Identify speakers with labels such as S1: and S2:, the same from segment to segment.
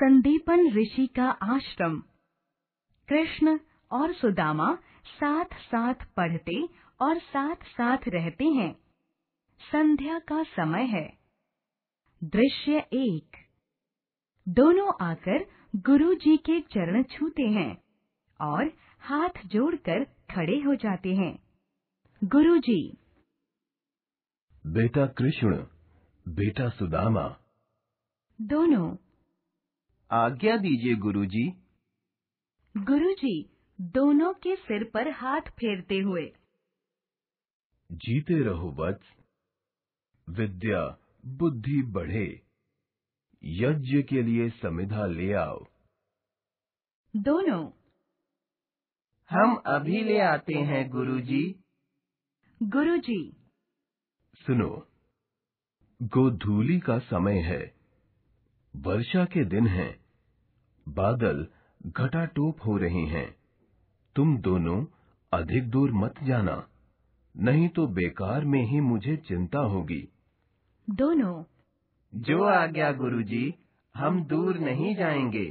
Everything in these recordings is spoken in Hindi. S1: संदीपन ऋषि का आश्रम कृष्ण और सुदामा साथ साथ पढ़ते और साथ साथ रहते हैं संध्या का समय है दृश्य एक दोनों आकर गुरु जी के चरण छूते हैं और हाथ जोड़कर खड़े हो जाते हैं गुरु जी
S2: बेटा कृष्ण बेटा सुदामा
S1: दोनों
S3: आज्ञा दीजिए गुरुजी
S1: गुरु जी दोनों के सिर पर हाथ फेरते हुए
S2: जीते रहो वत्स विद्या बुद्धि बढ़े यज्ञ के लिए समिधा ले आओ
S1: दोनों
S3: हम अभी ले आते हैं गुरुजी
S1: गुरु जी
S2: सुनो गोधूली का समय है वर्षा के दिन है बादल घटाटोप हो रहे हैं तुम दोनों अधिक दूर मत जाना नहीं तो बेकार में ही मुझे चिंता होगी
S1: दोनों
S3: जो आज्ञा गुरुजी हम दूर नहीं जाएंगे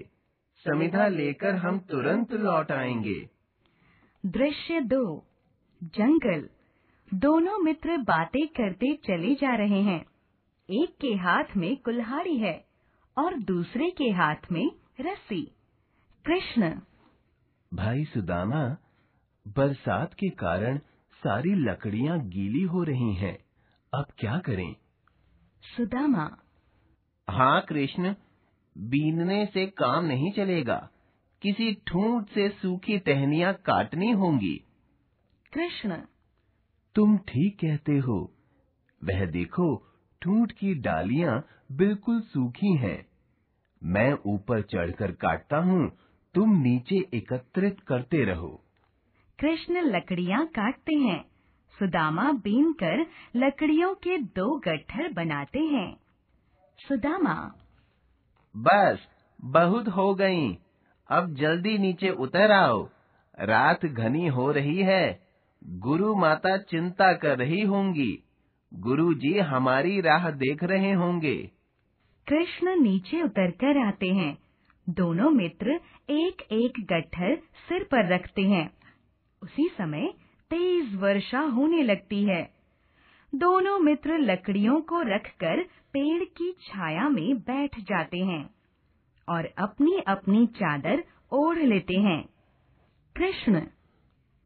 S3: समिधा लेकर हम तुरंत लौट आएंगे
S1: दृश्य दो जंगल दोनों मित्र बातें करते चले जा रहे हैं एक के हाथ में कुल्हाड़ी है और दूसरे के हाथ में रस्सी कृष्ण
S2: भाई सुदामा बरसात के कारण सारी लकड़ियां गीली हो रही हैं अब क्या करें
S1: सुदामा
S3: हाँ कृष्ण बीनने से काम नहीं चलेगा किसी ठूंठ से सूखी टहनियां काटनी होंगी
S1: कृष्ण
S2: तुम ठीक कहते हो वह देखो ठूंठ की डालियां बिल्कुल सूखी हैं मैं ऊपर चढ़कर काटता हूँ तुम नीचे एकत्रित करते रहो
S1: कृष्ण लकड़ियां काटते हैं सुदामा बीन कर लकड़ियों के दो गट्ठर बनाते हैं सुदामा
S3: बस बहुत हो गई अब जल्दी नीचे उतर आओ रात घनी हो रही है गुरु माता चिंता कर रही होंगी गुरु जी हमारी राह देख रहे होंगे
S1: कृष्ण नीचे उतरकर आते हैं दोनों मित्र एक एक गट्ठर सिर पर रखते हैं उसी समय तेज वर्षा होने लगती है दोनों मित्र लकड़ियों को रखकर पेड़ की छाया में बैठ जाते हैं और अपनी अपनी चादर ओढ़ लेते हैं कृष्ण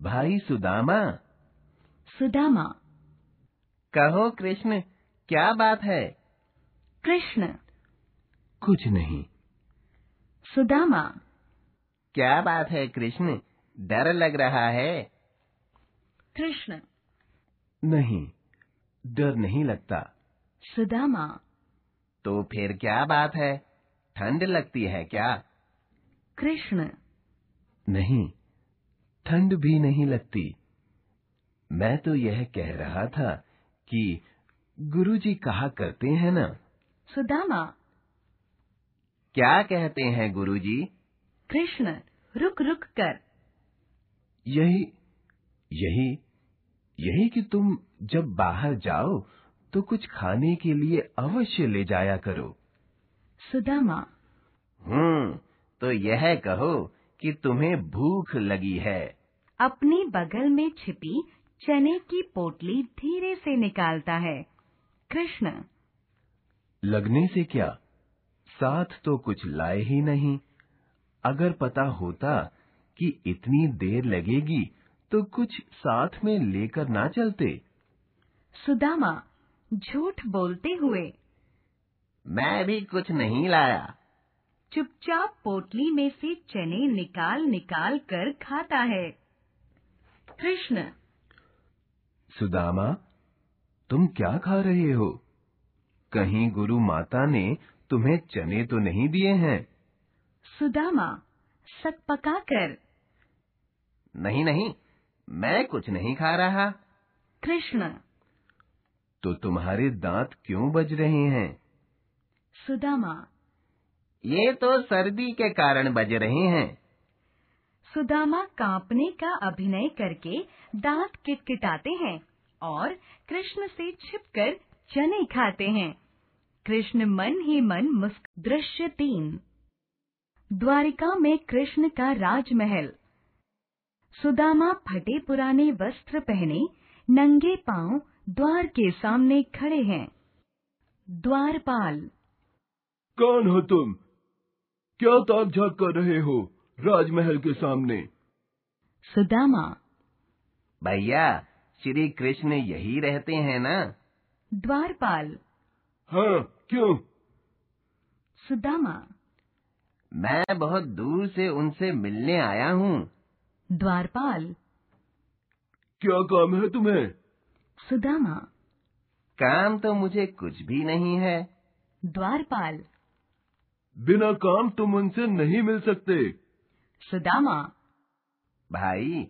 S2: भाई सुदामा
S1: सुदामा
S3: कहो कृष्ण क्या बात है
S1: कृष्ण
S2: कुछ नहीं
S1: सुदामा
S3: क्या बात है कृष्ण डर लग रहा है
S1: कृष्ण
S2: नहीं डर नहीं लगता
S1: सुदामा
S3: तो फिर क्या बात है ठंड लगती है क्या
S1: कृष्ण
S2: नहीं ठंड भी नहीं लगती मैं तो यह कह रहा था कि गुरुजी कहा करते हैं ना
S1: सुदामा
S3: क्या कहते हैं गुरुजी
S1: कृष्ण रुक रुक कर
S2: यही यही यही कि तुम जब बाहर जाओ तो कुछ खाने के लिए अवश्य ले जाया करो
S1: सुदामा
S3: हम्म तो यह कहो कि तुम्हें भूख लगी है
S1: अपनी बगल में छिपी चने की पोटली धीरे से निकालता है कृष्ण
S2: लगने से क्या साथ तो कुछ लाए ही नहीं अगर पता होता कि इतनी देर लगेगी तो कुछ साथ में लेकर ना चलते
S1: सुदामा झूठ बोलते हुए
S3: मैं भी कुछ नहीं लाया
S1: चुपचाप पोटली में से चने निकाल निकाल कर खाता है कृष्ण
S2: सुदामा तुम क्या खा रहे हो कहीं गुरु माता ने तुम्हें चने तो नहीं दिए हैं
S1: सुदामा सकपका कर
S3: नहीं नहीं मैं कुछ नहीं खा रहा
S1: कृष्ण
S2: तो तुम्हारे दांत क्यों बज रहे हैं
S1: सुदामा
S3: ये तो सर्दी के कारण बज रहे हैं
S1: सुदामा कांपने का अभिनय करके दांत किटकिटाते हैं और कृष्ण से छिपकर चने खाते हैं कृष्ण मन ही मन मुस्क दृश्य तीन द्वारिका में कृष्ण का राजमहल सुदामा फटे पुराने वस्त्र पहने नंगे पांव द्वार के सामने खड़े हैं द्वारपाल
S2: कौन हो तुम क्या ताक झाक कर रहे हो राजमहल के सामने
S1: सुदामा
S3: भैया श्री कृष्ण यही रहते हैं ना
S1: द्वारपाल
S2: हाँ क्यों
S1: सुदामा
S3: मैं बहुत दूर से उनसे मिलने आया हूँ
S1: द्वारपाल
S2: क्या काम है तुम्हें
S1: सुदामा
S3: काम तो मुझे कुछ भी नहीं है
S1: द्वारपाल
S2: बिना काम तुम उनसे नहीं मिल सकते
S1: सुदामा
S3: भाई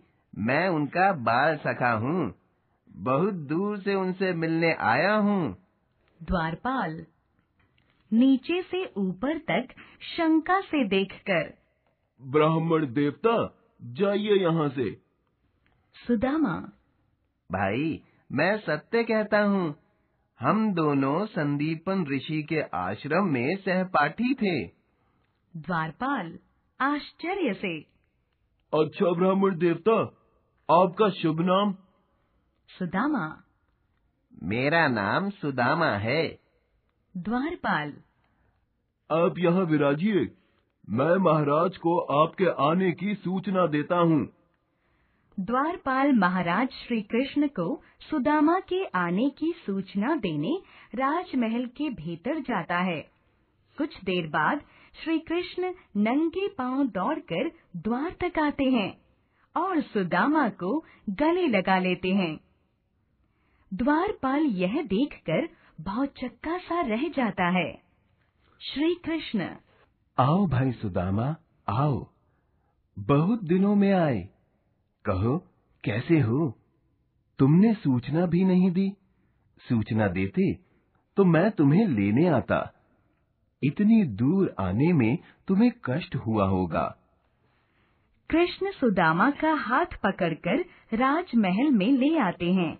S3: मैं उनका बाल सखा हूँ बहुत दूर से उनसे मिलने आया हूँ
S1: द्वारपाल नीचे से ऊपर तक शंका से देखकर
S2: ब्राह्मण देवता जाइए यहाँ से
S1: सुदामा
S3: भाई मैं सत्य कहता हूँ हम दोनों संदीपन ऋषि के आश्रम में सहपाठी थे
S1: द्वारपाल आश्चर्य से
S2: अच्छा ब्राह्मण देवता आपका शुभ नाम
S1: सुदामा
S3: मेरा नाम सुदामा है
S1: द्वारपाल
S2: आप यहाँ विराजिए मैं महाराज को आपके आने की सूचना देता हूँ
S1: द्वारपाल महाराज श्री कृष्ण को सुदामा के आने की सूचना देने राजमहल के भीतर जाता है कुछ देर बाद श्री कृष्ण नंगे पांव दौड़कर द्वार तक आते हैं और सुदामा को गले लगा लेते हैं द्वारपाल यह देखकर भौचक्का सा रह जाता है श्री कृष्ण
S2: आओ भाई सुदामा आओ बहुत दिनों में आए कहो कैसे हो तुमने सूचना भी नहीं दी सूचना देते तो मैं तुम्हें लेने आता इतनी दूर आने में तुम्हें कष्ट हुआ होगा
S1: कृष्ण सुदामा का हाथ पकड़कर राजमहल में ले आते हैं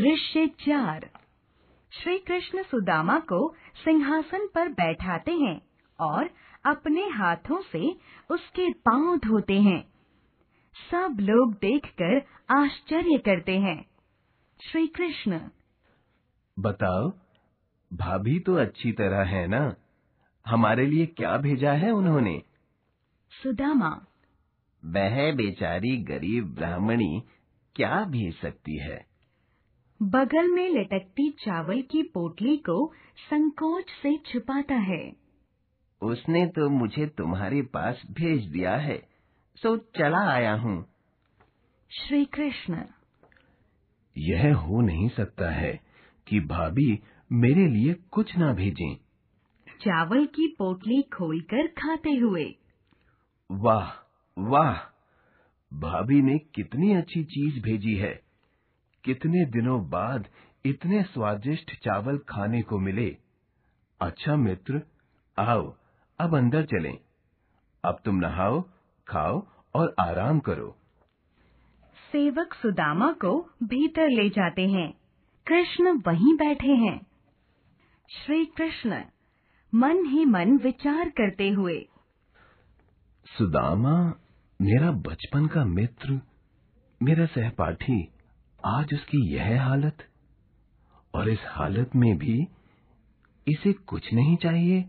S1: दृश्य चार श्री कृष्ण सुदामा को सिंहासन पर बैठाते हैं और अपने हाथों से उसके पांव धोते हैं सब लोग देखकर आश्चर्य करते हैं श्री कृष्ण
S2: बताओ भाभी तो अच्छी तरह है ना हमारे लिए क्या भेजा है उन्होंने
S1: सुदामा
S3: वह बेचारी गरीब ब्राह्मणी क्या भेज सकती है
S1: बगल में लटकती चावल की पोटली को संकोच से छुपाता है
S3: उसने तो मुझे तुम्हारे पास भेज दिया है सो चला आया हूँ
S1: श्री कृष्ण
S2: यह हो नहीं सकता है कि भाभी मेरे लिए कुछ ना भेजें।
S1: चावल की पोटली खोलकर खाते हुए
S2: वाह वाह भाभी ने कितनी अच्छी चीज भेजी है कितने दिनों बाद इतने स्वादिष्ट चावल खाने को मिले अच्छा मित्र आओ अब अंदर चलें। अब तुम नहाओ खाओ और आराम करो
S1: सेवक सुदामा को भीतर ले जाते हैं कृष्ण वहीं बैठे हैं श्री कृष्ण मन ही मन विचार करते हुए
S2: सुदामा मेरा बचपन का मित्र मेरा सहपाठी आज उसकी यह हालत और इस हालत में भी इसे कुछ नहीं चाहिए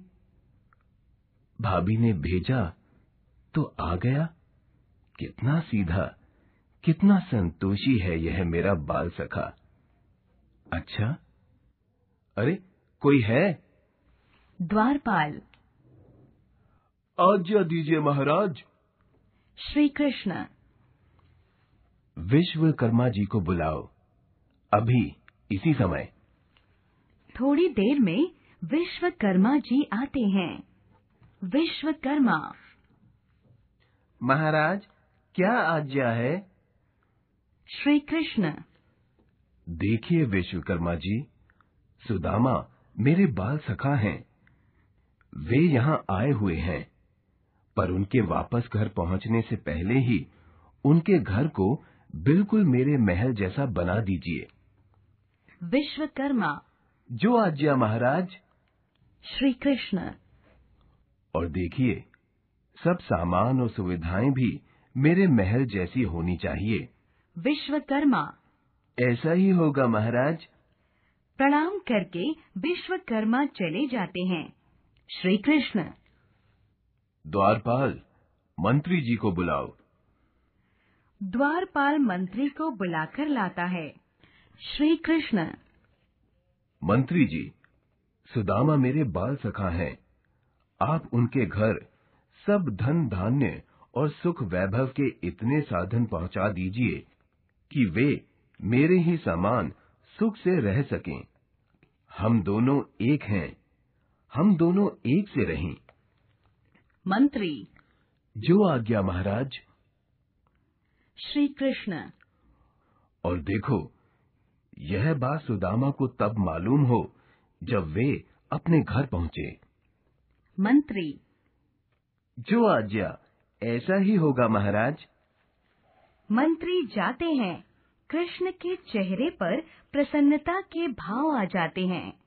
S2: भाभी ने भेजा तो आ गया कितना सीधा कितना संतोषी है यह मेरा बाल सखा अच्छा अरे कोई है
S1: द्वारपाल
S2: आज्ञा दीजिए महाराज
S1: श्री कृष्ण
S2: विश्वकर्मा जी को बुलाओ अभी इसी समय
S1: थोड़ी देर में विश्वकर्मा जी आते हैं विश्वकर्मा
S3: महाराज क्या आज्ञा है
S1: श्री कृष्ण
S2: देखिए विश्वकर्मा जी सुदामा मेरे बाल सखा हैं वे यहाँ आए हुए हैं पर उनके वापस घर पहुँचने से पहले ही उनके घर को बिल्कुल मेरे महल जैसा बना दीजिए
S1: विश्वकर्मा
S2: जो आज्ञा महाराज
S1: श्री कृष्ण
S2: और देखिए सब सामान और सुविधाएं भी मेरे महल जैसी होनी चाहिए
S1: विश्वकर्मा
S2: ऐसा ही होगा महाराज
S1: प्रणाम करके विश्वकर्मा चले जाते हैं श्री कृष्ण
S2: द्वारपाल मंत्री जी को बुलाओ
S1: द्वारपाल मंत्री को बुलाकर लाता है श्री कृष्ण
S2: मंत्री जी सुदामा मेरे बाल सखा हैं आप उनके घर सब धन धान्य और सुख वैभव के इतने साधन पहुंचा दीजिए कि वे मेरे ही समान सुख से रह सकें हम दोनों एक हैं हम दोनों एक से रहें
S1: मंत्री
S2: जो आज्ञा महाराज
S1: श्री कृष्ण
S2: और देखो यह बात सुदामा को तब मालूम हो जब वे अपने घर पहुंचे
S1: मंत्री
S2: जो आज्ञा ऐसा ही होगा महाराज
S1: मंत्री जाते हैं कृष्ण के चेहरे पर प्रसन्नता के भाव आ जाते हैं